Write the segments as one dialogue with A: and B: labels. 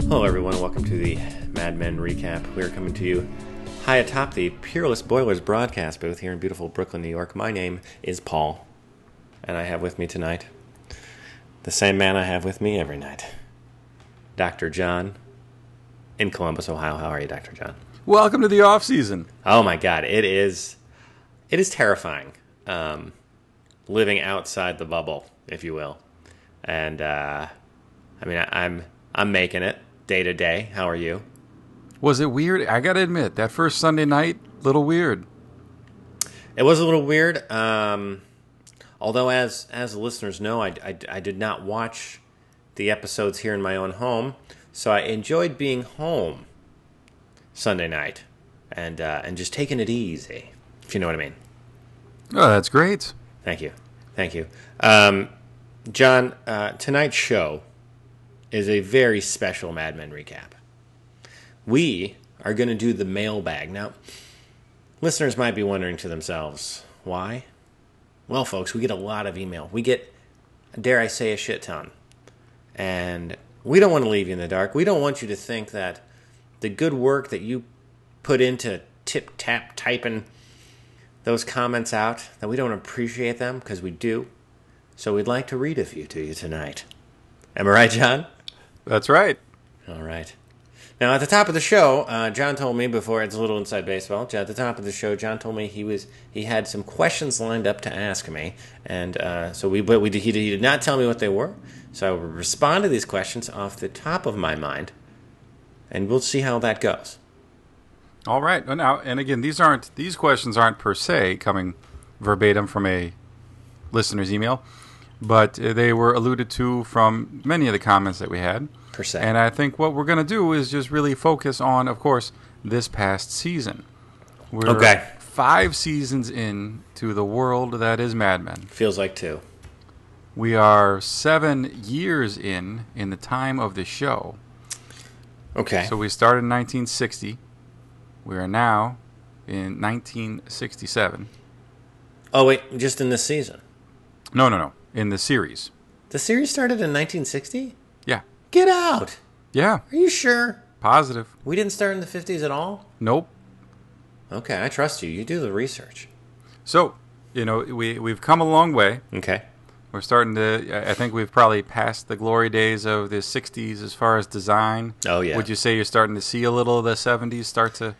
A: Hello, everyone. Welcome to the Mad Men recap. We are coming to you high atop the Peerless Boilers broadcast booth here in beautiful Brooklyn, New York. My name is Paul, and I have with me tonight the same man I have with me every night, Dr. John in Columbus, Ohio. How are you, Dr. John?
B: Welcome to the off season.
A: Oh my God, it is, it is terrifying. Um, living outside the bubble, if you will, and uh, I mean, I, I'm I'm making it day to day. How are you?
B: Was it weird? I gotta admit, that first Sunday night, little weird.
A: It was a little weird. Um, although, as as the listeners know, I, I, I did not watch the episodes here in my own home, so I enjoyed being home Sunday night and uh, and just taking it easy, if you know what I mean.
B: Oh, that's great.
A: Thank you, thank you, um, John. Uh, tonight's show is a very special Mad Men recap. We are going to do the mailbag now. Listeners might be wondering to themselves, why? Well, folks, we get a lot of email. We get, dare I say, a shit ton. And we don't want to leave you in the dark. We don't want you to think that the good work that you put into tip tap typing those comments out, that we don't appreciate them, because we do. So we'd like to read a few to you tonight. Am I right, John?
B: That's right.
A: All right. Now, at the top of the show, uh, John told me before it's a little inside baseball. At the top of the show, John told me he was he had some questions lined up to ask me, and uh, so we but we did, he, did, he did not tell me what they were. So I will respond to these questions off the top of my mind, and we'll see how that goes.
B: All right. And Now, and again, these aren't these questions aren't per se coming verbatim from a listener's email, but uh, they were alluded to from many of the comments that we had.
A: Per se.
B: And I think what we're going to do is just really focus on, of course, this past season. We're
A: Okay.
B: five seasons in to the world that is Mad Men.
A: Feels like two.
B: We are seven years in in the time of the show.
A: Okay.
B: So we started in 1960. We are now in 1967.
A: oh wait, just in this season.
B: No, no, no. In the series.
A: The series started in 1960.
B: Yeah.
A: Get out.
B: Yeah.
A: Are you sure?
B: Positive.
A: We didn't start in the 50s at all?
B: Nope.
A: Okay, I trust you. You do the research.
B: So, you know, we, we've come a long way.
A: Okay.
B: We're starting to, I I think we've probably passed the glory days of the 60s as far as design.
A: Oh, yeah.
B: Would you say you're starting to see a little of the 70s start to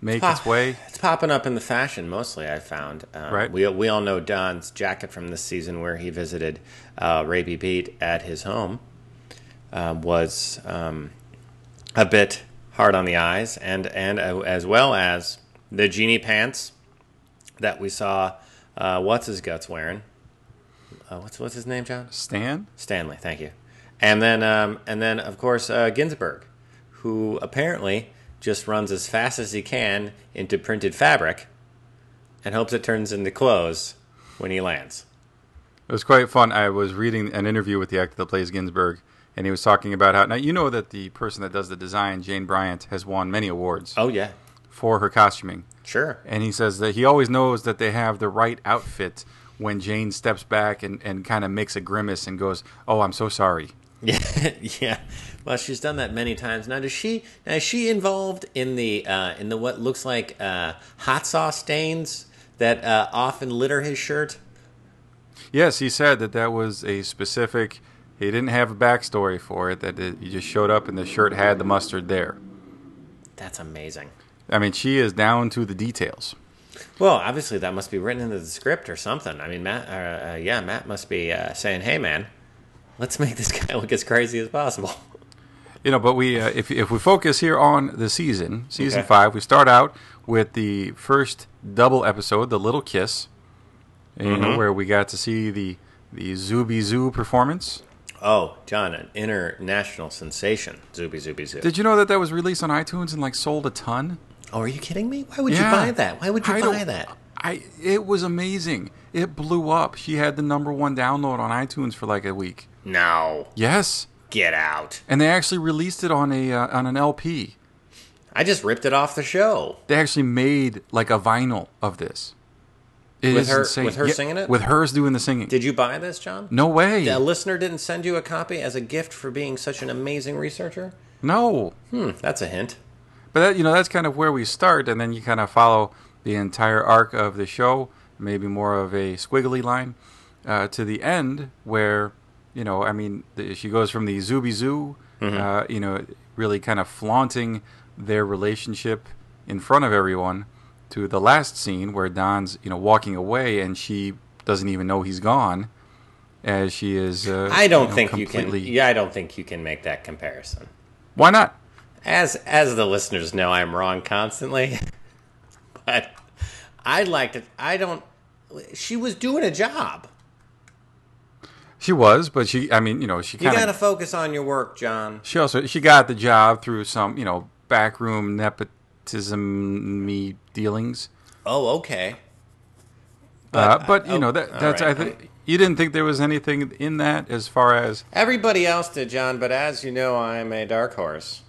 B: make its way?
A: It's popping up in the fashion mostly. I found. Um,
B: Right.
A: We we all know Don's jacket from this season where he visited uh, Ray B. Pete at his home uh, was um, a bit hard on the eyes, and and uh, as well as the genie pants that we saw. Uh, what's his guts wearing? Uh, what's what's his name, John?
B: Stan?
A: Stanley, thank you. And then, um, and then, of course, uh, Ginsburg, who apparently just runs as fast as he can into printed fabric, and hopes it turns into clothes when he lands.
B: It was quite fun. I was reading an interview with the actor that plays Ginsburg, and he was talking about how now you know that the person that does the design, Jane Bryant, has won many awards
A: Oh yeah,
B: for her costuming.
A: sure.
B: And he says that he always knows that they have the right outfit when Jane steps back and, and kind of makes a grimace and goes, Oh, I'm so sorry.
A: Yeah, yeah. Well, she's done that many times. Now, does she? Now, is she involved in the uh, in the what looks like uh, hot sauce stains that uh, often litter his shirt?
B: Yes, he said that that was a specific, he didn't have a backstory for it, that it, he just showed up and the shirt had the mustard there.
A: That's amazing.
B: I mean, she is down to the details.
A: Well, obviously that must be written into the script or something. I mean, Matt, uh, uh, yeah, Matt must be uh, saying, "Hey, man, let's make this guy look as crazy as possible."
B: You know, but we uh, if if we focus here on the season, season
A: Okay.
B: five, we start out with the first double episode, the Little Kiss, you
A: Mm-hmm.
B: know, where we got to see the the Zuby Zoo performance.
A: Oh, John, an international sensation, Zuby Zuby Zoo.
B: Did you know that that was released on iTunes and like sold a ton?
A: oh, are you kidding me? Why would
B: Yeah.
A: you buy that? Why would you
B: I
A: buy
B: don't-
A: that?
B: I it was amazing. It blew up. She had the number one download on iTunes for like a week.
A: No,
B: Yes,
A: get out!
B: and they actually released it on a uh, on an LP.
A: I just ripped it off the show.
B: They actually made like a vinyl of this. It
A: With
B: is
A: her-
B: insane.
A: with her singing it?
B: With hers doing the singing.
A: Did you buy this, John?
B: no way.
A: A listener didn't send you a copy as a gift for being such an amazing researcher.
B: No,
A: Hmm, that's a hint.
B: but that, you know that's kind of where we start, and then you kind of follow the entire arc of the show, maybe more of a squiggly line uh, to the end, where you know, I mean, the, she goes from the Zooby Zoo,
A: Mm-hmm.
B: uh, you know, really kind of flaunting their relationship in front of everyone, to the last scene where Don's you know walking away, and she doesn't even know he's gone, as she is. Uh,
A: I don't
B: know,
A: think
B: completely.
A: you can. Yeah, I don't think you can make that comparison.
B: Why not?
A: As as the listeners know, I'm wrong constantly, but I like to. I don't. She was doing a job.
B: She was, but she. I mean, you know, she
A: You
B: kind of
A: gotta focus on your work, John.
B: She also she got the job through some you know backroom nepotism me dealings,
A: Oh, okay.
B: but, uh, but you
A: oh,
B: know that
A: all
B: that's
A: right.
B: I think you didn't think there was anything in that as far as
A: Everybody else did, John, but as you know, I'm a dark horse,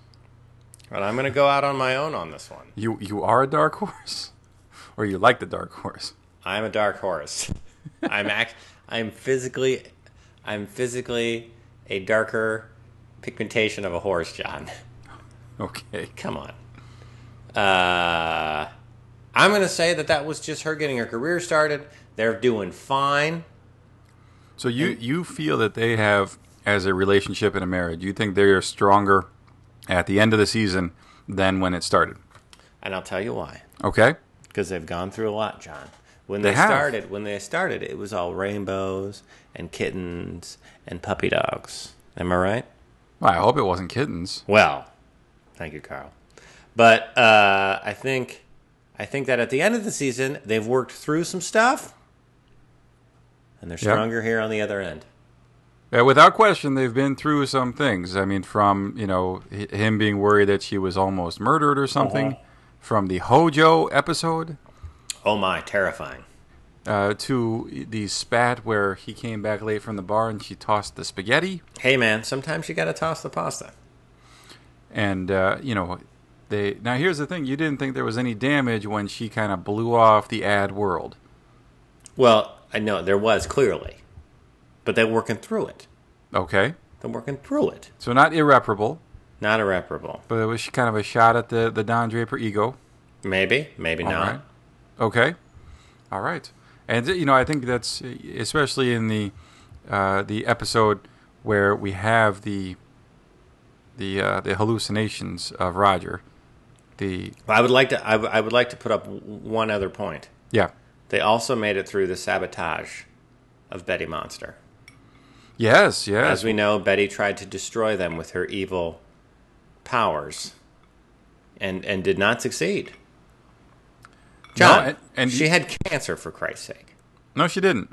A: and I'm gonna go out on my own on this one.
B: you you are a dark horse, or you like the dark horse.
A: I'm a dark horse. I'm act. I'm physically. I'm physically a darker pigmentation of a horse, John.
B: Okay,
A: Come on. Uh, I'm gonna say that that was just her getting her career started. They're doing fine.
B: so you you feel that they have as a relationship and a marriage, you think they're stronger at the end of the season than when it started.
A: And I'll tell you why.
B: Okay,
A: because they've gone through a lot, John. When they,
B: have.
A: started, when they started, it was all rainbows and kittens and puppy dogs. Am I right?
B: well, I hope it wasn't kittens.
A: Well, thank you, Carl. But uh, I think, I think that at the end of the season, they've worked through some stuff, and they're
B: Yeah.
A: stronger here on the other end.
B: Yeah, Uh, without question, they've been through some things. I mean, from you know hi- him being worried that she was almost murdered or something, from the Hojo episode
A: Oh my, terrifying!
B: uh, to the spat where he came back late from the bar and she tossed the spaghetti,
A: Hey man, sometimes you gotta toss the pasta.
B: and uh, you know they. Now here's the thing: you didn't think there was any damage when she kind of blew off the ad world.
A: Well, I know there was clearly, but they're working through it.
B: Okay,
A: They're working through it.
B: so not irreparable,
A: Not irreparable.
B: but it was kind of a shot at the the Don Draper ego.
A: Maybe, maybe
B: All
A: not.
B: right. Okay. All right. And you know, I think that's especially in the uh, the episode where we have the the uh, the hallucinations of Roger. The
A: Well, I would like to. I, w- I would like to put up w- one other point.
B: yeah
A: They also made it through the sabotage of Betty Monster.
B: yes yes
A: As we know, Betty tried to destroy them with her evil powers, and and did not succeed. John,
B: and- and-
A: she had cancer for Christ's sake.
B: no she didn't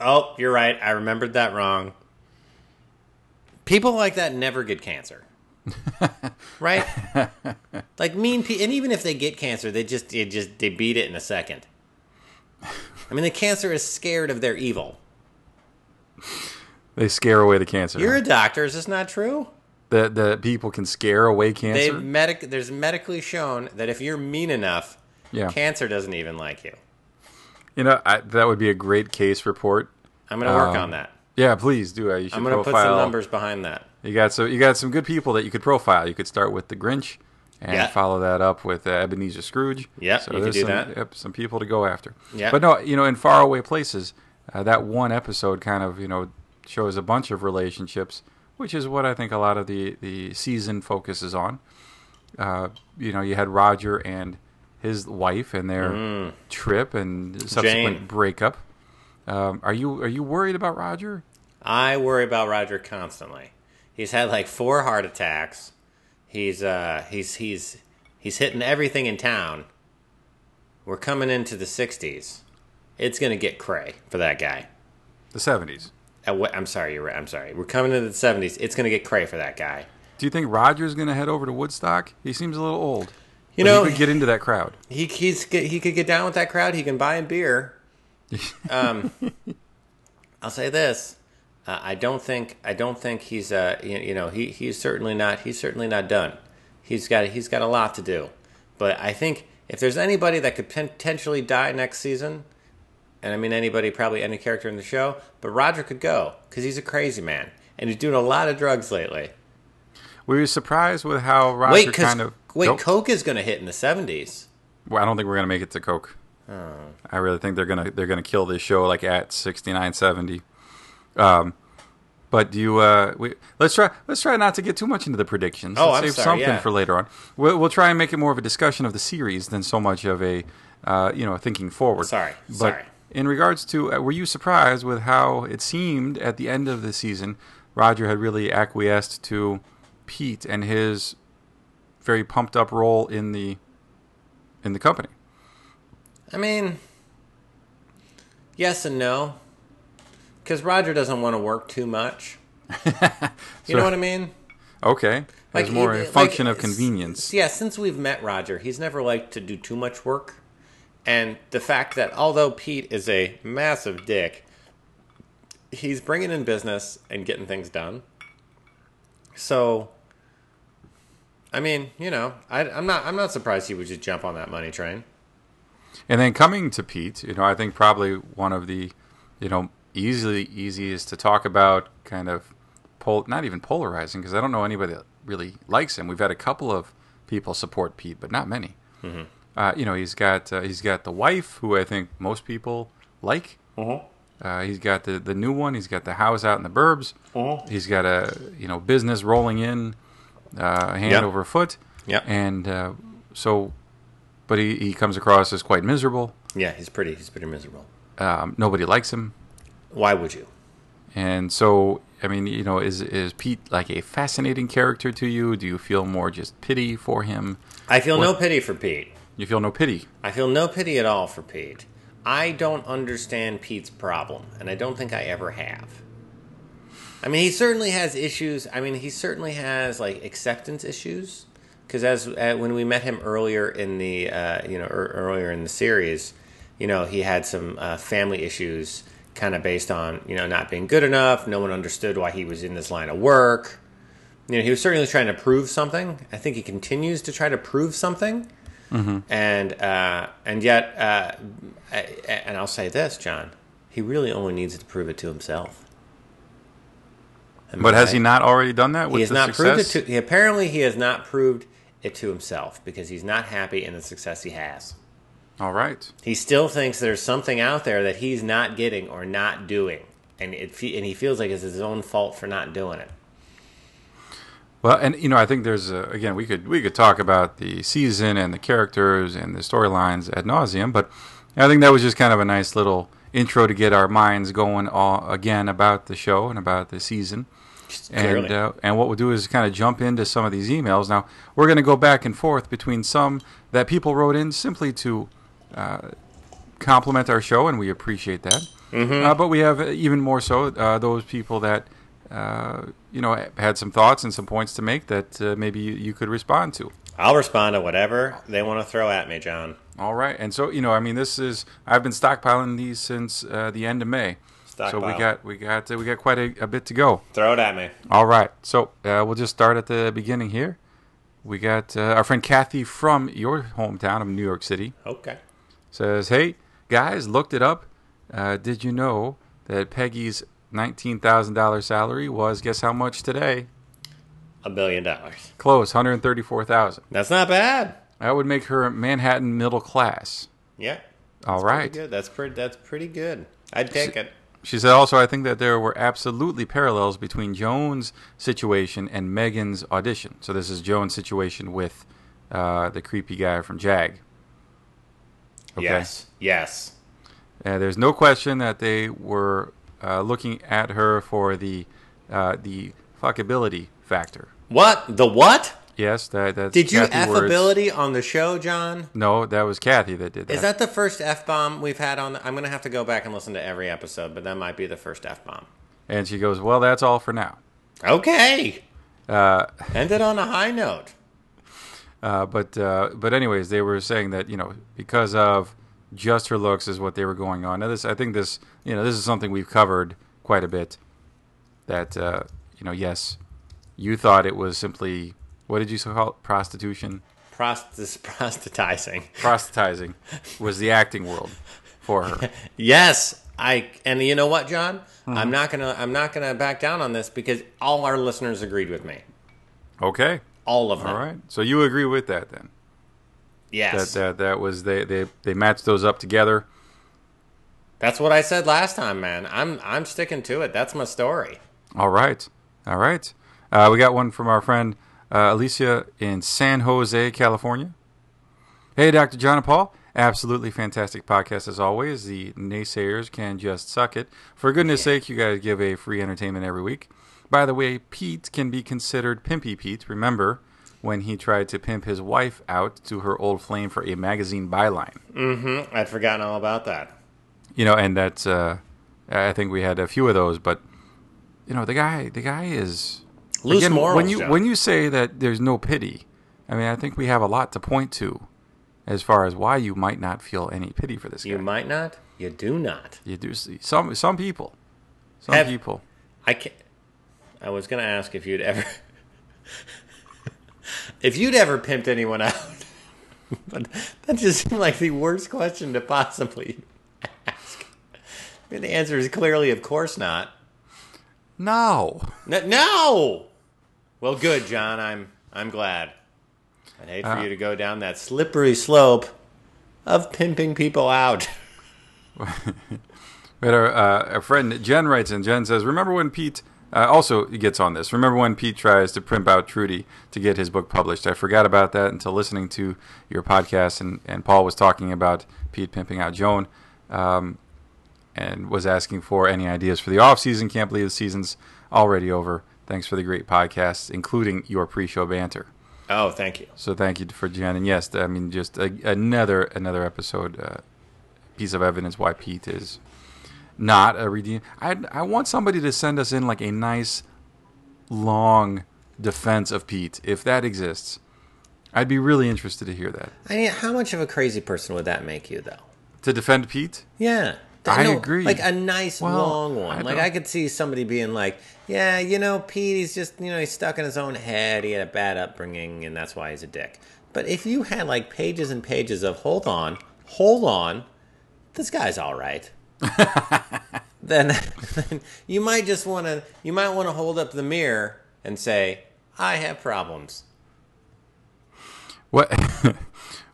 A: Oh, you're right. I remembered that wrong. People like that never get cancer. right? like mean pe- and even if they get cancer, they just they just they beat it in a second. I mean, the cancer is scared of their evil.
B: they scare away the cancer.
A: You're a doctor, is this not true?
B: the the people can scare away
A: They
B: cancer.
A: medic there's medically shown that if you're mean enough,
B: yeah,
A: cancer doesn't even like you.
B: you know I, that would be a great case report.
A: I'm going to work on that.
B: Yeah, please do. that. You should
A: I'm going to put
B: Um, profile.
A: some numbers behind that.
B: You got so you got some good people that you could profile. You could start with the Grinch and
A: Yeah.
B: follow that up with uh, Ebenezer Scrooge.
A: Yep,
B: so
A: you could
B: there's
A: do
B: some,
A: that.
B: Yep, some people to go after.
A: Yeah.
B: but no, you know, in faraway places, uh, that one episode kind of you know shows a bunch of relationships, which is what I think a lot of the the season focuses on. Uh, you know, you had Roger and his wife and their trip and subsequent
A: Mm. Jane.
B: breakup. Um, are you are you worried about Roger?
A: I worry about Roger constantly. He's had like four heart attacks. He's uh he's he's he's hitting everything in town. We're coming into the 60s. It's going to get cray for that guy.
B: The seventies.
A: Uh, wh- I'm sorry, you're right. I'm sorry. We're coming into the 70s. It's going to get cray for that guy.
B: Do you think Roger's going to head over to Woodstock? He seems a little old.
A: You
B: But
A: know,
B: he could get into that crowd.
A: he he's he could get down with that crowd. He can buy him beer. Um, I'll say this: uh, I don't think I don't think he's uh you, you know he he's certainly not he's certainly not done. He's got he's got a lot to do, but I think if there's anybody that could potentially die next season, and I mean anybody probably any character in the show, but Roger could go because he's a crazy man and he's doing a lot of drugs lately.
B: Were you surprised with how Roger
A: Wait, 'cause-
B: kind of?
A: wait,
B: Nope.
A: Coke is going to hit in the 70s.
B: Well, I don't think we're gonna make it to Coke.
A: Oh.
B: I really think they're gonna they're gonna kill this show like at sixty nine seventy. Um, but do you uh, we, let's try let's try not to get too much into the predictions.
A: Oh,
B: let's
A: I'm
B: save
A: sorry,
B: something
A: yeah.
B: for later on. We'll, we'll try and make it more of a discussion of the series than so much of a uh, you know thinking forward.
A: Sorry,
B: but
A: sorry.
B: In regards to, uh, were you surprised with how it seemed at the end of the season, Roger had really acquiesced to Pete and his very pumped up role in the in the company?
A: I mean, yes and no. Because Roger doesn't want to work too much. you know what I mean?
B: Okay. It's more
A: he-
B: a function
A: like,
B: of
A: s- s-
B: convenience.
A: Yeah, since we've met Roger, he's never liked to do too much work. And the fact that although Pete is a massive dick, he's bringing in business and getting things done. So, I mean, you know, I, I'm not I'm not surprised he would just jump on that money train.
B: And then coming to Pete, you know, I think probably one of the, you know, easily easiest to talk about kind of pol- not even polarizing because I don't know anybody that really likes him. We've had a couple of people support Pete, but not many. Uh, you know, he's got uh, he's got the wife who I think most people like. Uh, he's got the, the new one. He's got the house out in the burbs. He's got a you know business rolling in, uh, hand
A: Yep.
B: over foot.
A: Yep.
B: And uh, so, but he, he comes across as quite miserable.
A: Yeah, he's pretty he's pretty miserable.
B: Um, nobody likes him,
A: Why would you?
B: and so I mean, you know, is is Pete like a fascinating character to you? Do you feel more just pity for him?
A: I feel no pity for Pete.
B: You feel no pity.
A: I feel no pity at all for Pete. I don't understand Pete's problem, and I don't think I ever have. I mean, he certainly has issues. I mean, he certainly has like acceptance issues because as uh, when we met him earlier in the uh, you know er, earlier in the series, you know, he had some uh, family issues kind of based on you know not being good enough. No one understood why he was in this line of work. You know, he was certainly trying to prove something. I think he continues to try to prove something and uh, and yet, uh, I, and I'll say this, John, he really only needs to prove it to himself. Am I
B: But has he
A: right?
B: not already done that with
A: He has
B: the
A: not
B: success?
A: proved it to. He, apparently, he has not proved it to himself because he's not happy in the success he has.
B: All right.
A: He still thinks there's something out there that he's not getting or not doing, and it fe- and he feels like it's his own fault for not doing it.
B: Well, and you know, I think there's a, again we could we could talk about the season and the characters and the storylines ad nauseum, but I think that was just kind of a nice little intro to get our minds going all, again about the show and about the season. And
A: Clearly.
B: uh, and what we'll do is kind of jump into some of these emails. Now we're going to go back and forth between some that people wrote in simply to uh, compliment our show, and we appreciate that.
A: Mm-hmm.
B: Uh, but we have uh, even more so uh, those people that uh, you know had some thoughts and some points to make that uh, maybe you, you could respond to.
A: I'll respond to whatever they want to throw at me, John.
B: All right, and so you know, I mean, this is I've been stockpiling these since uh, the end of May. So we
A: Stockpile.
B: got we got uh, we got quite a, a bit to go.
A: Throw it at me.
B: All right, so uh, we'll just start at the beginning here. We got uh, our friend Kathy from your hometown of New York City.
A: Okay.
B: says, "Hey guys, looked it up. Uh, did you know that Peggy's nineteen thousand dollars salary was guess how much today?
A: A billion dollars.
B: Close, one hundred thirty-four thousand.
A: That's not bad.
B: That would make her Manhattan middle class.
A: Yeah.
B: All
A: Pretty
B: right."
A: good. That's pretty. That's pretty good. I'd take it.
B: She said also, I think that there were absolutely parallels between Joan's situation and Megan's audition. So this is Joan's situation with uh, the creepy guy from Jag. Okay.
A: Yes. Yes.
B: Uh, there's no question that they were uh, looking at her for the uh, the fuckability factor.
A: What the what?
B: Yes, that that's
A: Did you
B: Kathy
A: f
B: words.
A: ability on the show, John?
B: No, that was Kathy that did that.
A: Is that the first f bomb we've had on? The, I'm gonna have to go back and listen to every episode, but that might be the first f bomb.
B: and she goes, "Well, that's all for now."
A: Okay.
B: Uh,
A: End it on a high note.
B: uh, but uh, but anyways, they were saying that you know because of just her looks is what they were going on. Now this, I think this you know this is something we've covered quite a bit. That uh, you know, yes, you thought it was simply what did you call it? prostitution.
A: Prost- this prostitutizing.
B: proselytizing was the acting world for her.
A: Yes, I. And you know what,
B: Mm-hmm.
A: John? I'm not gonna. I'm not gonna back down on this because all our listeners agreed with me.
B: Okay.
A: All of them.
B: All right. So you agree with that then?
A: Yes.
B: That that that was they they they matched those up together.
A: That's what I said last time, man. I'm I'm sticking to it. That's my story.
B: All right. All right. Uh, we got one from our friend uh, Alicia in San Jose, California. Hey, Dr. John and Paul. Absolutely fantastic podcast as always. The naysayers can just suck it. For goodness sake, you guys give a free entertainment every week. By the way, Pete can be considered Pimpy Pete. Remember when he tried to pimp his wife out to her old flame for a magazine byline?
A: Mm, I'd forgotten all about that.
B: you know, and that's uh, I think we had a few of those, but you know, the guy, the guy is
A: Loose
B: again,
A: morals.
B: When you
A: John.
B: when you say that there's no pity, I mean, I think we have a lot to point to as far as why you might not feel any pity for this
A: you
B: guy.
A: might not, you do not.
B: You do see some some people, some
A: Have-
B: people.
A: I can I was gonna ask if you'd ever if you'd ever pimped anyone out. but that just seemed like the worst question to possibly ask. I mean, the answer is clearly of course not.
B: No,
A: No, no! Well good, John. I'm I'm glad. I'd hate for you to go down that slippery slope of pimping people out.
B: But our, uh, our friend Jen writes in. Jen says, "Remember when Pete uh, also gets on this? Remember when Pete tries to primp out Trudy to get his book published? I forgot about that until listening to your podcast, and, and Paul was talking about Pete pimping out Joan, um, and was asking for any ideas for the off season. Can't believe the season's already over. Thanks for the great podcast, including your pre-show banter.
A: Oh, thank you.
B: So thank you for Jen. And yes, I mean just a, another another episode uh, piece of evidence why Pete is not a redeem. I I want somebody to send us in like a nice long defense of Pete if that exists. I'd be really interested to hear that
A: I mean, how much of a crazy person would that make you though?
B: to defend Pete.
A: Yeah.
B: I
A: No,
B: agree.
A: Like a nice
B: Well,
A: long one.
B: I
A: like
B: don't-
A: I could see somebody being like, "Yeah, you know, Pete, he's just you know he's stuck in his own head. He had a bad upbringing, and that's why he's a dick." But if you had like pages and pages of "Hold on, hold on, this guy's all right," then, then you might just want to you might want to hold up the mirror and say, "I have problems."
B: What?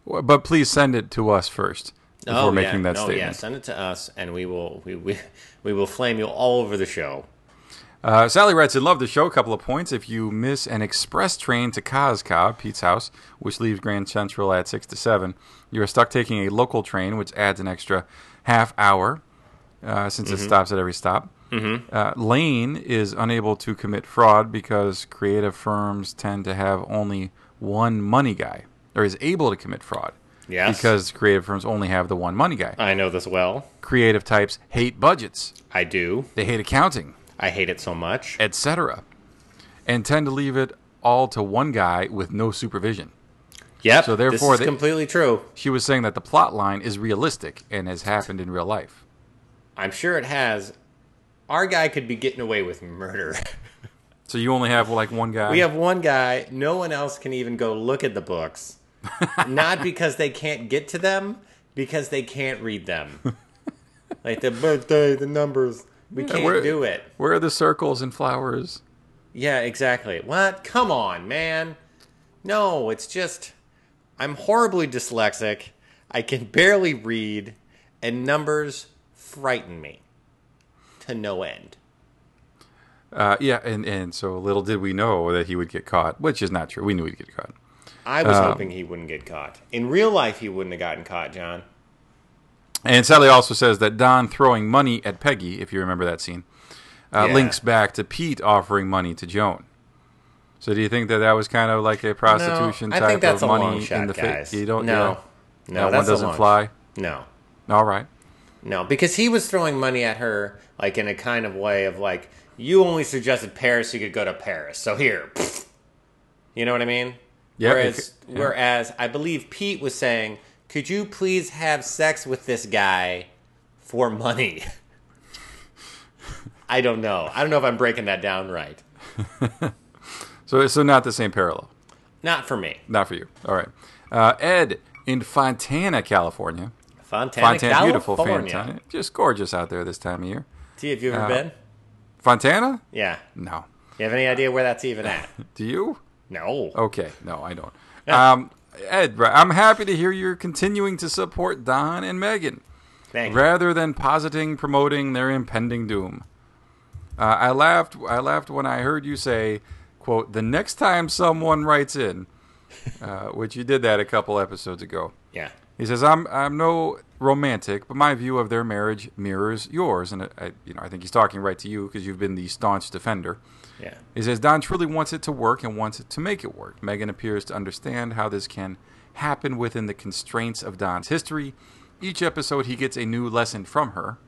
B: but please send it to us first before
A: oh,
B: making
A: yeah.
B: that
A: no,
B: statement.
A: yeah, send it to us, and we will we, we, we will flame you all over the show.
B: Uh, Sally writes, I love the show. Couple of points. If you miss an express train to Kazka, Pete's house, which leaves Grand Central at 6 to 7, you're stuck taking a local train, which adds an extra half hour uh, since it stops at every stop. Mm-hmm. Uh, Lane is unable to commit fraud because creative firms tend to have only one money guy, or is able to commit fraud.
A: Yes.
B: Because creative firms only have the one money guy.
A: I know this well.
B: Creative types hate budgets,
A: I do.
B: they hate accounting
A: I hate it so much.
B: etc., and tend to leave it all to one guy with no supervision.
A: Yep.
B: So
A: this
B: therefore
A: is
B: they-
A: completely true.
B: She was saying that the plot line is realistic and has happened in real life.
A: I'm sure it has. Our guy could be getting away with murder.
B: So you only have like one guy.
A: we have one guy. No one else can even go look at the books. Not because they can't get to them, because they can't read them. like the birthday, the numbers. We
B: we're-
A: can't do it.
B: Where are the circles and flowers?
A: Yeah, exactly. What? Come on, man. No, it's just I'm horribly dyslexic. I can barely read, and numbers frighten me to no end.
B: Uh, yeah, and, and so little did we know that he would get caught, which is not true. We knew he'd get caught.
A: I
B: Oh.
A: was hoping he wouldn't get caught. In real life, he wouldn't have gotten caught, John.
B: And Sally also says that Don throwing money at Peggy, if you remember that scene, uh,
A: Yeah.
B: links back to Pete offering money to Joan. So do you think that that was kind of like a prostitution
A: I
B: type
A: think that's
B: of
A: a
B: money
A: long shot,
B: in the
A: guys.
B: face? You don't you
A: no,
B: don't-
A: no,
B: that one
A: that's a
B: doesn't
A: long-
B: fly.
A: No,
B: All right.
A: No, because he was throwing money at her, like in a kind of way of like, you only suggested Paris, you could go to Paris. So here, pfft. you know what I mean?
B: Yeah,
A: Whereas,
B: it could- yeah.
A: whereas I believe Pete was saying, could you please have sex with this guy for money? I don't know. I don't know if I'm breaking that down right.
B: So so not the same parallel.
A: Not for me.
B: Not for you. All right. Uh, Ed in Fontana, California.
A: Fontana,
B: Fontana, beautiful
A: California.
B: Fontana. Just gorgeous out there this time of year.
A: T, have you ever been?
B: Fontana?
A: Yeah.
B: No.
A: You have any idea where that's even at?
B: Do you?
A: No.
B: Okay, no, I don't. Um, Ed, I'm happy to hear you're continuing to support Don and Megan
A: Thank you.
B: rather than positing promoting their impending doom. Uh, I laughed. I laughed when I heard you say, "quote The next time someone writes in," uh, which you did that a couple episodes ago.
A: Yeah.
B: He says, "I'm I'm no romantic, but my view of their marriage mirrors yours." And I, I you know, I think he's talking right to you because you've been the staunch defender.
A: Yeah.
B: He says Don truly wants it to work and wants it to make it work. Megan appears to understand how this can happen within the constraints of Don's history. Each episode, he gets a new lesson from her.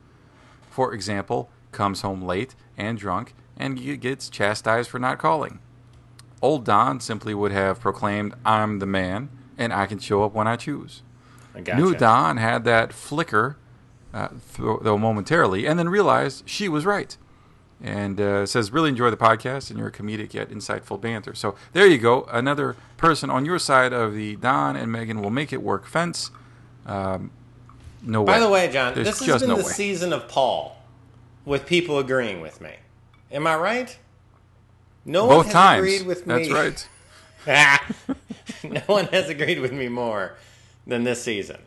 B: For example, comes home late and drunk and g- gets chastised for not calling. Old Don simply would have proclaimed, I'm the man and I can show up when I choose.
A: I gotcha.
B: New Don had that flicker, uh, th- though momentarily, and then realized she was right. And uh, says, really enjoy the podcast and your comedic yet insightful banter. So there you go. Another person on your side of the Don and Megan will make it work fence. Um, no way.
A: By the way, John,
B: There's
A: this has
B: just
A: been
B: no
A: the
B: way.
A: season of Paul, with people agreeing with me. Am I right? No one
B: Both
A: has
B: times.
A: agreed with me.
B: That's right.
A: no one has agreed with me more than this season.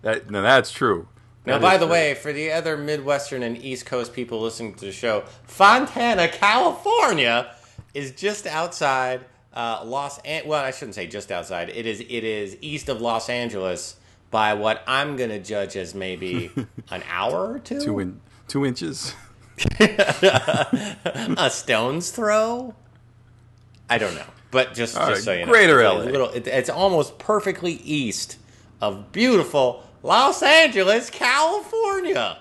B: That, no, that's true.
A: Now,
B: That
A: by
B: is
A: the
B: true.
A: way, for the other Midwestern and East Coast people listening to the show, Fontana, California, is just outside uh, Los. An- well, I shouldn't say just outside. It is. It is east of Los Angeles by what I'm going to judge as maybe an hour or two,
B: two, in, two inches.
A: a stone's throw. I don't know, but just,
B: All
A: just
B: right,
A: so you know,
B: greater
A: it's a
B: LA.
A: little- it- it's almost perfectly east of beautiful Los Angeles, California.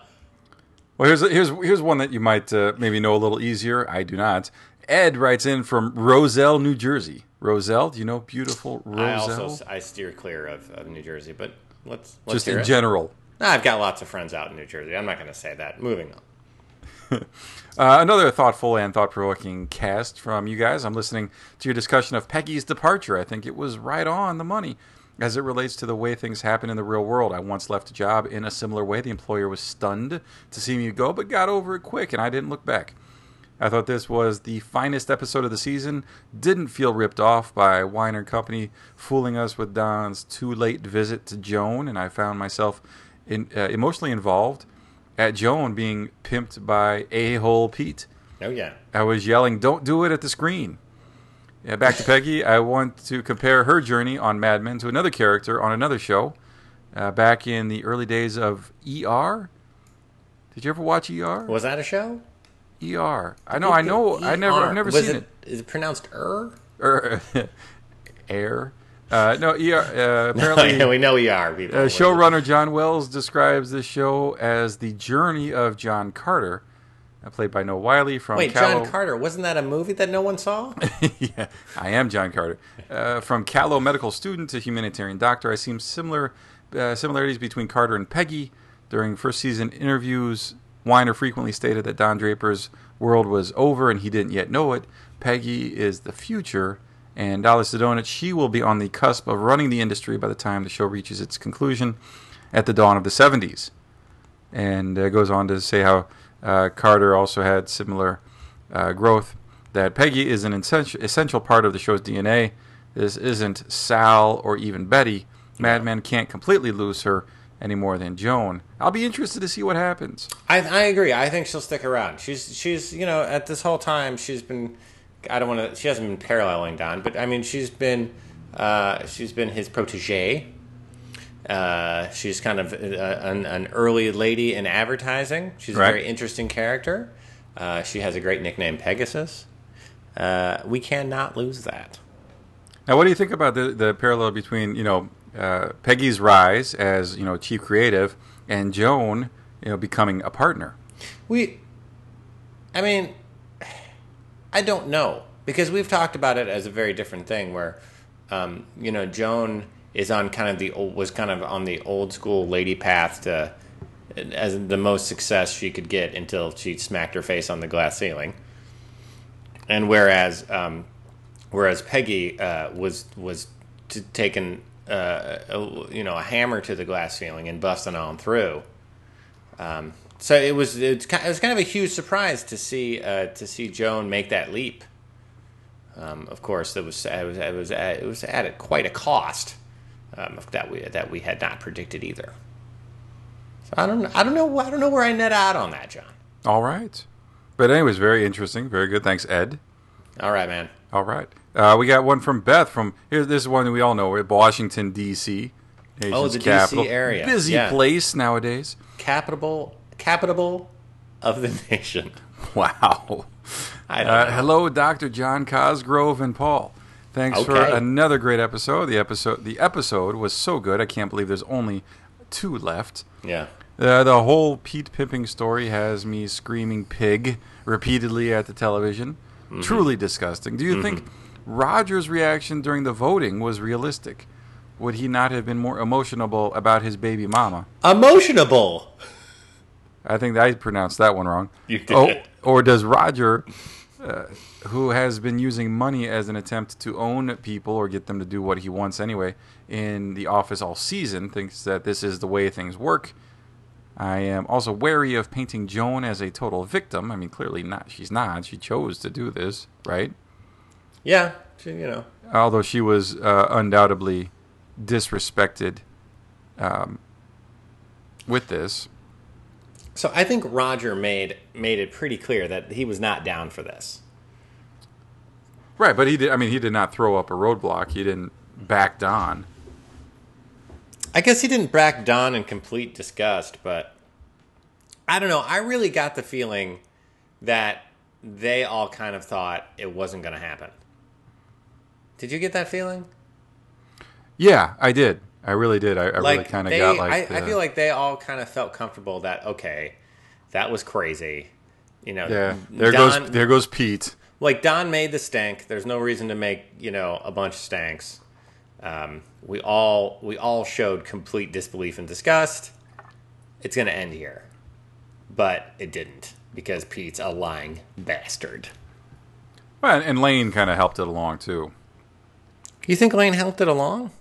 B: Well, here's here's here's one that you might uh, maybe know a little easier. I do not. Ed writes in from Roselle, New Jersey. Roselle, do you know beautiful
A: I
B: Roselle?
A: also I steer clear of, of New Jersey, but let's let's
B: Just
A: hear
B: in
A: it.
B: general.
A: No, I've got lots of friends out in New Jersey. I'm not going to say that. Moving on.
B: Uh, another thoughtful and thought provoking cast from you guys. I'm listening to your discussion of Peggy's departure. I think it was right on the money as it relates to the way things happen in the real world. I once left a job in a similar way. The employer was stunned to see me go, but got over it quick, and I didn't look back. I thought this was the finest episode of the season. Didn't feel ripped off by Wine and Company fooling us with Don's too late visit to Joan, and I found myself in, uh, emotionally involved at Joan being pimped by a hole Pete.
A: Oh yeah.
B: I was yelling, "Don't do it at the screen." Yeah, back to Peggy. I want to compare her journey on Mad Men to another character on another show. Uh, back in the early days of ER, did you ever watch ER?
A: Was that a show? E
B: ER. I know. I know. I never. I've never
A: Was
B: seen it.
A: Is it pronounced er?
B: Er, air. Uh, no. ER. Uh, apparently,
A: we know E we are people.
B: uh, showrunner John Wells describes this show as the journey of John Carter, uh, played by Noah Wiley from
A: Wait,
B: Callow.
A: John Carter. Wasn't that a movie that no one saw?
B: yeah, I am John Carter. Uh, from Callow medical student to humanitarian doctor, I see similar uh, similarities between Carter and Peggy. During first season interviews, Weiner frequently stated that Don Draper's world was over and he didn't yet know it. Peggy is the future, and Dolly Sedona, she will be on the cusp of running the industry by the time the show reaches its conclusion at the dawn of the 70s and uh, goes on to say how uh, Carter also had similar uh, growth. That Peggy is an essential, essential part of the show's DNA. This isn't Sal or even Betty. Madman can't completely lose her any more than Joan. I'll be interested to see what happens.
A: I, I agree. I think she'll stick around. She's she's you know at this whole time she's been. I don't want to. She hasn't been paralleling Don, but I mean she's been uh, she's been his protege. Uh, she's kind of a, an, an early lady in advertising. She's
B: Right.
A: a very interesting character. Uh, she has a great nickname, Pegasus. Uh, we cannot lose that.
B: Now, what do you think about the, the parallel between you know uh, Peggy's rise as you know chief creative and Joan you know becoming a partner?
A: We, I mean, I don't know because we've talked about it as a very different thing. Where, um, you know, Joan is on kind of the old, was kind of on the old school lady path to as the most success she could get until she smacked her face on the glass ceiling. And whereas, um, whereas Peggy uh, was was t- taken, uh, a, you know, a hammer to the glass ceiling and busting on through. So it was it's ki- it was kind of a huge surprise to see uh, to see Joan make that leap. Um, of course, that was it was it was at, it was at quite a cost um, that we that we had not predicted either. So I don't I don't know I don't know where I net out on that, John.
B: All right. But anyways, very interesting. Very good. Thanks, Ed.
A: All right, man.
B: All right. Uh, we got one from Beth from here. This is one that we all know. We're at Washington D.C. nation's
A: Oh, the DC area.
B: Busy
A: Yeah.
B: place nowadays.
A: Capitable capitable of the nation.
B: Wow.
A: I don't
B: Uh,
A: know.
B: hello, Dr. John Cosgrove and Paul. Thanks
A: Okay.
B: for another great episode. The episode the episode was so good. I can't believe there's only two left.
A: Yeah.
B: Uh, the whole Pete pimping story has me screaming pig repeatedly at the television. Truly disgusting. Do you think Roger's reaction during the voting was realistic? Would he not have been more emotional about his baby mama?
A: Emotionable.
B: I think I pronounced that one wrong. Oh,
A: You did.
B: or does Roger, uh, who has been using money as an attempt to own people or get them to do what he wants anyway in the office all season, thinks that this is the way things work? I am also wary of painting Joan as a total victim. I mean, clearly not. She's not. She chose to do this, right?
A: Yeah, you know.
B: although she was uh, undoubtedly disrespected um, with this.
A: So I think Roger made made it pretty clear that he was not down for this.
B: Right, but he did. I mean, he did not throw up a roadblock. He didn't back down.
A: I guess he didn't back down in complete disgust, but I don't know. I really got the feeling that they all kind of thought it wasn't going to happen. Did you get that feeling?
B: Yeah, I did. I really did. I, I really kind of
A: they-
B: got like.
A: I, I
B: the-
A: feel like they all kind of felt comfortable that okay, that was crazy. You know,
B: Yeah, there
A: Don-
B: goes there goes Pete.
A: like Don made the stank. There's no reason to make you know a bunch of stanks. Um, we all we all showed complete disbelief and disgust. It's gonna end here, but it didn't because Pete's a lying bastard.
B: Well, and- and Lane kind of helped it along too.
A: You think Lane helped it along?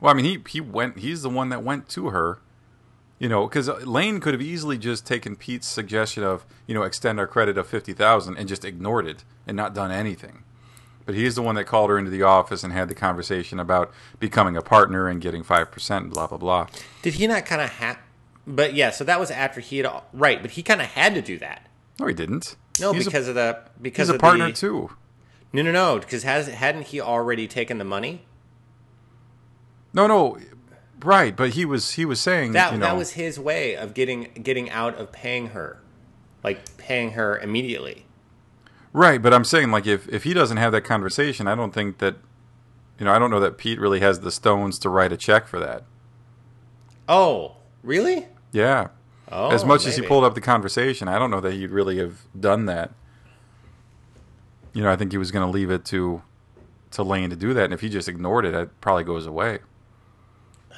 B: Well, I mean, he he went. He's the one that went to her. You know, because Lane could have easily just taken Pete's suggestion of you know extend our credit of fifty thousand and just ignored it and not done anything. But he's the one that called her into the office and had the conversation about becoming a partner and getting five percent. Blah blah blah.
A: Did he not kind of have? But yeah, so that was after he had al- right, but he kind of had to do that.
B: No, he didn't.
A: No,
B: He's a-
A: because of the because
B: he's a
A: of
B: partner
A: the,
B: too.
A: No, no, no, because has hadn't he already taken the money?
B: No, no, right. But he was he was saying
A: That
B: you know,
A: that was his way of getting getting out of paying her, like paying her immediately.
B: right. But I'm saying like if if he doesn't have that conversation, I don't think that you know I don't know that Pete really has the stones to write a check for that.
A: Oh, really?
B: Yeah.
A: Oh,
B: as much as he
A: maybe.
B: pulled up the conversation, I don't know that he'd really have done that. You know, I think he was going to leave it to to Lane to do that, and if he just ignored it, it probably goes away.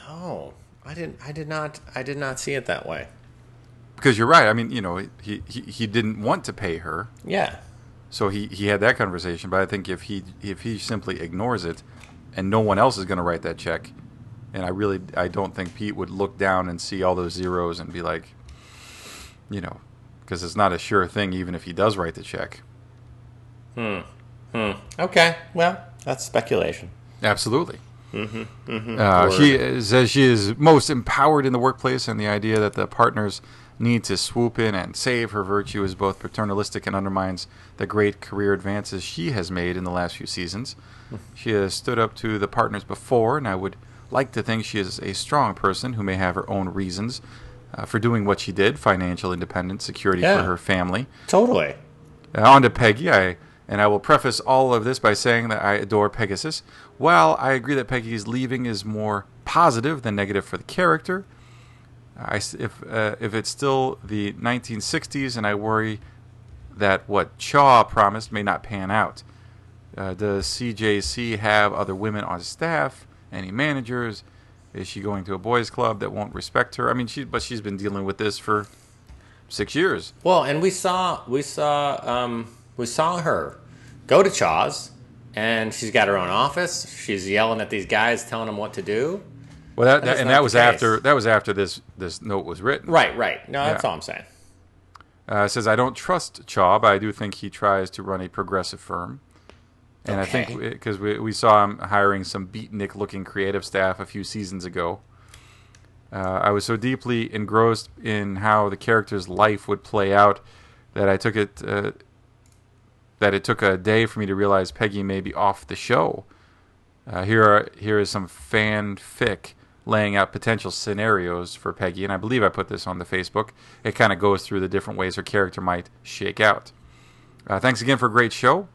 A: Oh, I didn't. I did not. I did not see it that way.
B: Because you're right. I mean, you know, he he, he didn't want to pay her.
A: Yeah.
B: So he, he had that conversation, but I think if he if he simply ignores it, and no one else is going to write that check, and I really I don't think Pete would look down and see all those zeros and be like, you know, because it's not a sure thing even if he does write the check.
A: Okay. Well, that's speculation.
B: Absolutely. Mm-hmm, Uh, she says she is most empowered in the workplace, and the idea that the partners need to swoop in and save her virtue is both paternalistic and undermines the great career advances she has made in the last few seasons. She has stood up to the partners before, and I would like to think she is a strong person who may have her own reasons uh, for doing what she did financial independence, security
A: Yeah.
B: for her family.
A: Totally.
B: Uh, on to Peggy, I, and I will preface all of this by saying that I adore Pegasus. While I agree that Peggy's leaving is more positive than negative for the character, I s if, uh, if it's still the 1960s, and I worry that what Chaw promised may not pan out. Uh, does CJC have other women on staff? Any managers? Is she going to a boys' club that won't respect her? I mean, she but she's been dealing with this for six years.
A: Well, and we saw we saw um, we saw her go to Chaws, and she's got her own office. She's yelling at these guys, telling them what to do.
B: Well, that,
A: is
B: and
A: not
B: that
A: the
B: was
A: case.
B: after that was after this this note was written.
A: Right. Right. No, that's
B: Yeah.
A: all I'm saying.
B: Uh, it says I don't trust Chaw, but I do think he tries to run a progressive firm. And I think because we, we saw him hiring some beatnik looking creative staff a few seasons ago. Uh, I was so deeply engrossed in how the character's life would play out that I took it uh, that it took a day for me to realize Peggy may be off the show. Uh, here are here is some fanfic laying out potential scenarios for Peggy, and I believe I put this on the Facebook. It kind of goes through the different ways her character might shake out. Uh, thanks again for a great show.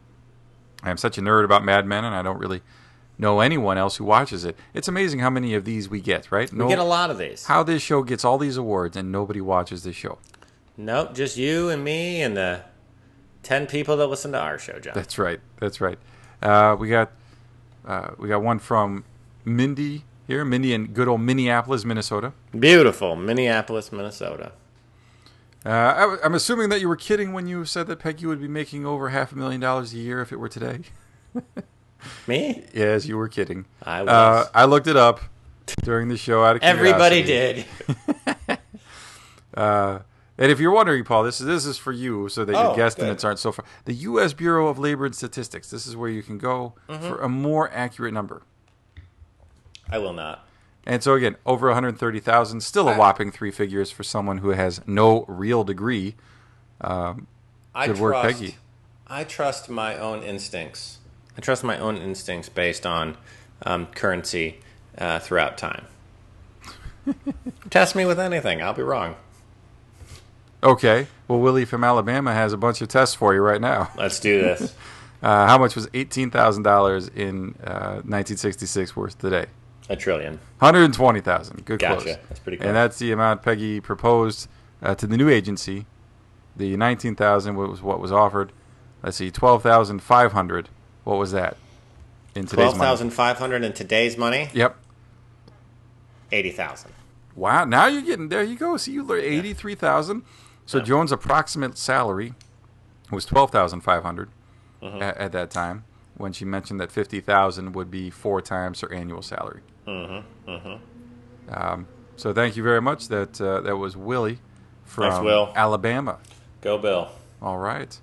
B: I am such a nerd about Mad Men, and I don't really know anyone else who watches it. It's amazing how many of these we get, right?
A: We get a lot of these.
B: How this show gets all these awards and nobody watches this show.
A: Nope, just you and me and the ten people that listen to our show, John.
B: That's right. That's right. Uh, we got uh, we got one from Mindy here, Mindy in good old Minneapolis, Minnesota.
A: Beautiful Minneapolis, Minnesota.
B: Uh, I, w- I'm assuming that you were kidding when you said that Peggy would be making over half a million dollars a year if it were today.
A: Me?
B: yes, you were kidding.
A: I
B: Uh,
A: was.
B: I looked it up during the show. Out of
A: Everybody
B: curiosity.
A: did.
B: And if you're wondering, Paul, this is this is for you, so that
A: Oh,
B: your guest and
A: good.
B: its aren't so far. The U.S. Bureau of Labor and Statistics. This is where you can go
A: Mm-hmm.
B: for a more accurate number.
A: I will not.
B: And so again, over 130,000, still a whopping three figures for someone who has no real degree.
A: I
B: Good
A: trust,
B: work, Peggy.
A: I trust my own instincts. I trust my own instincts based on um, currency uh, throughout time. Test me with anything. I'll be wrong.
B: Okay, well, Willie from Alabama has a bunch of tests for you right now.
A: Let's do this.
B: Uh, how much was eighteen thousand dollars in uh, 1966 worth today?
A: A trillion.
B: 120,000. Good
A: Gotcha.
B: close.
A: That's pretty close.
B: And that's the amount Peggy proposed uh, to the new agency. The 19,000 was what was offered. Let's see, 12,500. What was that in today's
A: Twelve
B: money?
A: thousand five hundred in today's money.
B: Yep.
A: Eighty thousand.
B: Wow. Now you're getting there. You go. See, you learn 83,000. So Jones' approximate salary was 12,500
A: Uh-huh.
B: a- at, that time when she mentioned that 50,000 would be four times her annual salary. Mm-hmm.
A: Uh-huh,
B: Um, so thank you very much. That uh, that was Willie from
A: Thanks, Will.
B: Alabama.
A: Go, Bill.
B: All right.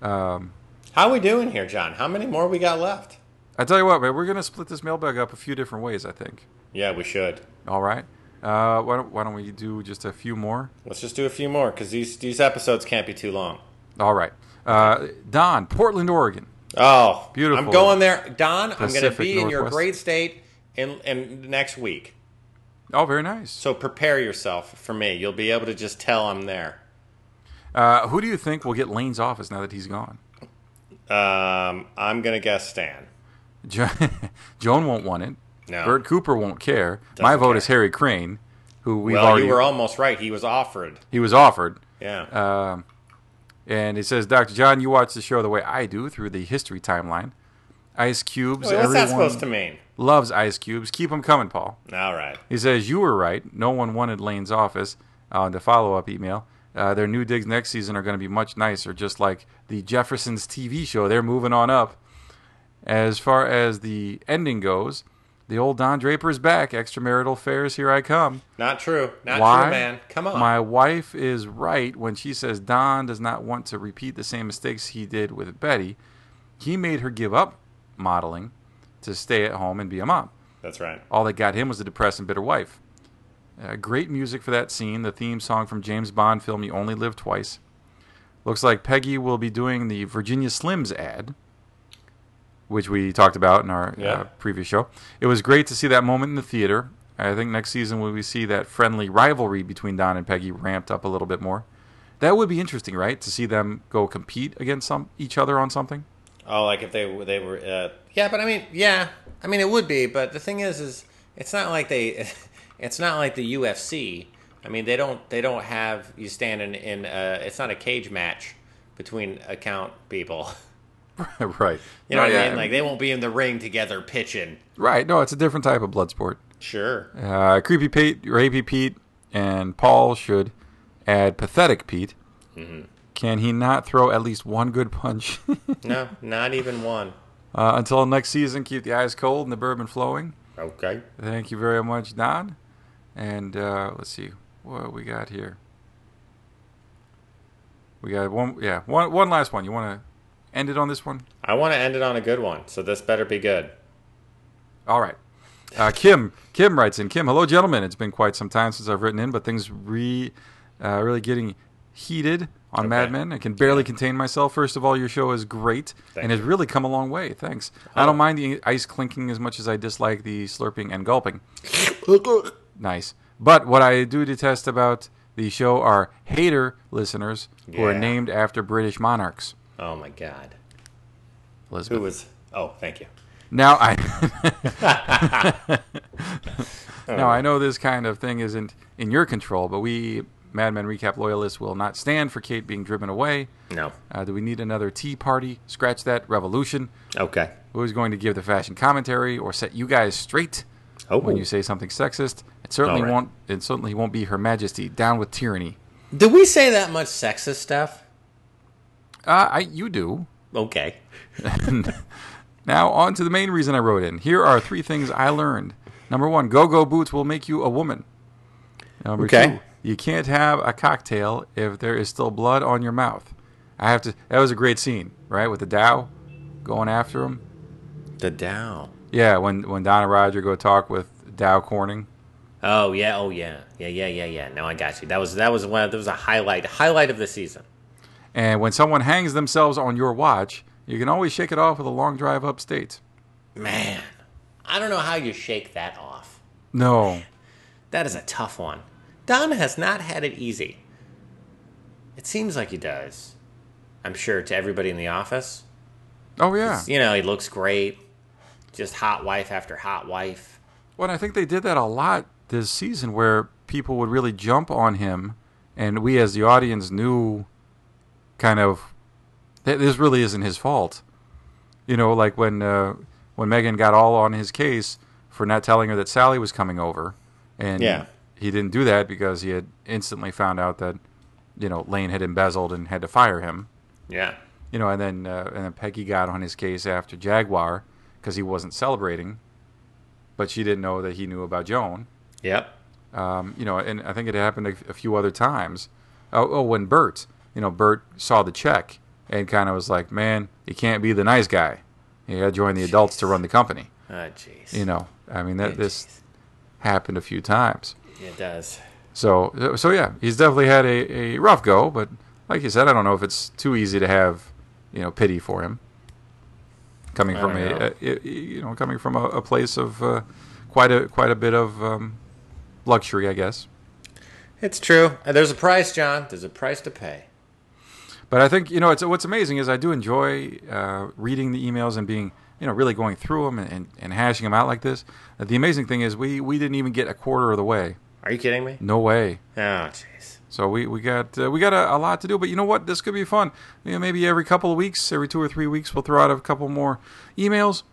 A: How we doing here, John? How many more we got left?
B: I tell you what, man, we're going to split this mailbag up a few different ways, I think.
A: Yeah, we should.
B: All right. Uh, why, don't, why don't we do just a few more?
A: Let's just do a few more because these these episodes can't be too long.
B: All right. Uh, Don, Portland, Oregon.
A: Oh,
B: Beautiful.
A: I'm going there, Don. I'm going to
B: Pacific
A: be in your
B: Northwest.
A: great state in, in next week.
B: Oh, very nice.
A: So prepare yourself for me. You'll be able to just tell I'm there.
B: Uh, who do you think will get Lane's office now that he's gone?
A: Um, I'm going to guess Stan.
B: Jo- Joan won't want it.
A: No.
B: Bert Cooper won't care. My vote is Harry Crane, who we've
A: Well,
B: already
A: you were almost right. He was offered.
B: he was offered.
A: Yeah.
B: Uh, And he says, Doctor John, you watch the show the way I do through the history timeline. Ice cubes.
A: Wait, what's
B: everyone
A: that supposed to mean?
B: loves ice cubes. Keep them coming, Paul.
A: All right.
B: He says, You were right. No one wanted Lane's office. On the follow up email, uh, their new digs next season are going to be much nicer, just like the Jeffersons TV show. They're moving on up. As far as the ending goes, the old Don Draper's back. Extramarital affairs, here I come.
A: Not true. Not
B: Why?
A: true, man. Come on.
B: My wife is right when she says Don does not want to repeat the same mistakes he did with Betty. He made her give up modeling to stay at home and be a mom.
A: That's right.
B: All that got him was a depressed and bitter wife. Uh, great music for that scene, the theme song from James Bond film You Only Live Twice. Looks like Peggy will be doing the Virginia Slims ad, which we talked about in our
A: Yeah.
B: uh, previous show. It was great to see that moment in the theater. I think next season when we see that friendly rivalry between Don and Peggy ramped up a little bit more. That would be interesting, right? To see them go compete against some each other on something.
A: Oh, like if they they were. Uh, yeah, but I mean, yeah, I mean it would be. But the thing is, is it's not like they, it's not like the UFC. I mean, they don't they don't have you standing in. Uh, it's not a cage match between account people.
B: right.
A: You know
B: No,
A: what
B: yeah,
A: I mean? Like they won't be in the ring together pitching.
B: right. No, it's a different type of blood sport.
A: Sure.
B: Uh, Creepy Pete, Rapey Pete, and Paul should add Pathetic Pete. Can he not throw at least one good punch? uh,
A: No, not even one.
B: until next season, keep the eyes cold and the bourbon flowing.
A: Okay.
B: Thank you very much, Don. And uh, let's see what we got here. We got one, yeah, one, one last one. You want end it on this one?
A: I want to end it on a good one, so this better be good.
B: All right. Uh, Kim Kim writes in. Kim, hello, gentlemen. It's been quite some time since I've written in, but things re uh, really getting heated on Mad
A: Okay.
B: Men. I can barely contain myself. First of all, your show is great and has really come a long way. Thanks.
A: Oh.
B: I don't mind the ice clinking as much as I dislike the slurping and gulping. Nice. But what I do detest about the show are hater listeners who are
A: Yeah.
B: named after British monarchs.
A: Oh my god.
B: Elizabeth.
A: Who was? Oh, thank you.
B: Now I
A: Oh.
B: now I know this kind of thing isn't in your control, but we Mad Men recap loyalists will not stand for Kate being driven away.
A: No.
B: Uh, do we need another tea party? Scratch that revolution.
A: Okay.
B: Who's going to give the fashion commentary or set you guys straight
A: Oh,
B: when you say something sexist? It certainly
A: All right.
B: won't. It certainly won't be Her Majesty down with tyranny.
A: did we say that much sexist stuff?
B: Uh, I you do.
A: Okay.
B: Now, on to the main reason I wrote in. Here are three things I learned. Number one, go go boots will make you a woman. Number
A: Okay.
B: two, you can't have a cocktail if there is still blood on your mouth. I have to. That was a great scene, right? With the Dow going after him.
A: The Dow.
B: Yeah, when when Donna Roger go talk with Dow Corning.
A: Oh yeah. Oh yeah. Yeah. Yeah. Yeah. Yeah. No, I got you. That was that was one. That was a highlight. Highlight of the season.
B: And when someone hangs themselves on your watch, you can always shake it off with a long drive upstate.
A: Man, I don't know how you shake that off.
B: No.
A: That is a tough one. Don has not had it easy. It seems like he does. I'm sure to everybody in the office.
B: Oh yeah.
A: You know, he looks great. Just hot wife after hot wife.
B: Well, and I think they did that a lot this season where people would really jump on him, and we as the audience knew kind of that this really isn't his fault. You know, like when uh, when Megan got all on his case for not telling her that Sally was coming over, and
A: Yeah.
B: he didn't do that because he had instantly found out that you know Lane had embezzled and had to fire him
A: Yeah.
B: you know, and then uh, and then Peggy got on his case after Jaguar because he wasn't celebrating, but she didn't know that he knew about Joan.
A: Yep.
B: Um, you know, and I think it happened a, a few other times. Oh, oh, when Bert, you know, Bert saw the check and kind of was like, "Man, he can't be the nice guy. He got to join the adults to run the company."
A: Oh, jeez.
B: You know, I mean,
A: Oh,
B: that this happened a few times.
A: jeez. It does.
B: So, uh, so yeah, he's definitely had a, a rough go, but like you said, I don't know if it's too easy to have, you know, pity for him. Coming
A: I
B: from
A: don't
B: a,
A: know.
B: a- a- you know, coming from a, a place of uh, quite a quite a bit of um, luxury, I guess.
A: It's true. And There's a price, John. There's a price to pay.
B: But I think you know, it's what's amazing is I do enjoy uh, reading the emails and being you know really going through them and, and, and hashing them out like this. The amazing thing is we we didn't even get a quarter of the way.
A: Are you kidding me?
B: No way.
A: Oh, jeez.
B: So we, we got uh, we got a, a lot to do, but you know what? This could be fun. You know, maybe every couple of weeks, every two or three weeks, we'll throw out a couple more emails.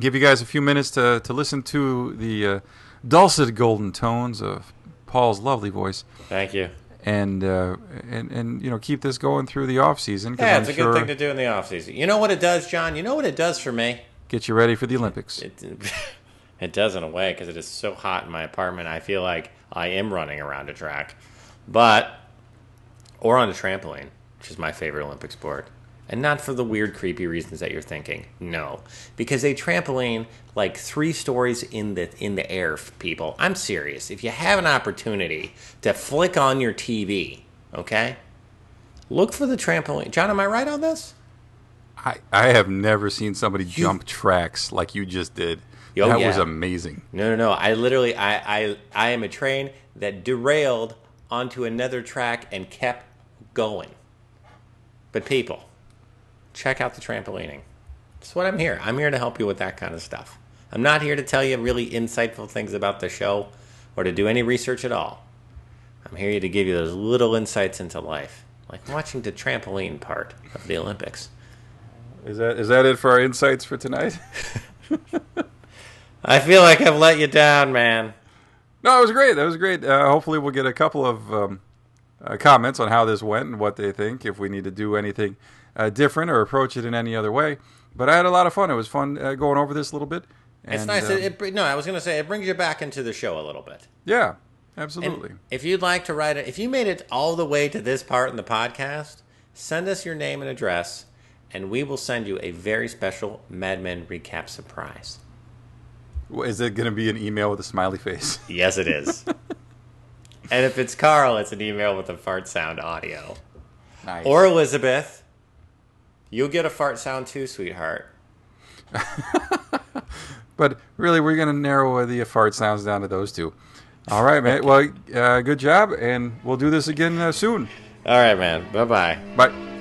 B: Give you guys a few minutes to to listen to the uh, dulcet golden tones of Paul's lovely voice,
A: Thank you.
B: and uh, and and you know keep this going through the off season. 'cause
A: Yeah,
B: I'm
A: it's a
B: sure
A: good thing to do in the off season. You know what it does, John? You know what it does for me?
B: get you ready for the Olympics.
A: It, it does in a way because it is so hot in my apartment. I feel like I am running around a track, but or on a trampoline, which is my favorite Olympic sport. And not for the weird, creepy reasons that you're thinking. No, because they trampoline like three stories in the in the air. f- People, I'm serious. If you have an opportunity to flick on your TV, okay, look for the trampoline. John, am I right on this?
B: I I have never seen somebody jump tracks like you just did.
A: Oh,
B: that was
A: yeah.
B: amazing.
A: No, no, no. I literally, I, I, I am a train that derailed onto another track and kept going. But people, check out the trampolining. That's what I'm here. I'm here to help you with that kind of stuff. I'm not here to tell you really insightful things about the show or to do any research at all. I'm here to give you those little insights into life, like watching the trampoline part of the Olympics.
B: Is that is that it for our insights for tonight?
A: I feel like I've let you down, man.
B: No, it was great. That was great. Uh, hopefully, we'll get a couple of um, uh, comments on how this went and what they think. If we need to do anything uh, different or approach it in any other way, but I had a lot of fun. It was fun uh, going over this a little bit.
A: It's
B: And,
A: nice.
B: um,
A: it, it, br- no, I was going to say it brings you back into the show a little bit.
B: yeah, absolutely.
A: If you'd like to write it, if you made it all the way to this part in the podcast, send us your name and address and we will send you a very special Mad Men recap surprise.
B: Is it going to be an email with a smiley face?
A: Yes, it is. and if it's Carl, it's an email with a fart sound audio.
B: Nice.
A: Or Elizabeth, you'll get a fart sound too, sweetheart.
B: But really, we're going to narrow the fart sounds down to those two. All right, man. Well, uh, good job, and we'll do this again uh, soon.
A: All right, man. Bye bye.
B: Bye.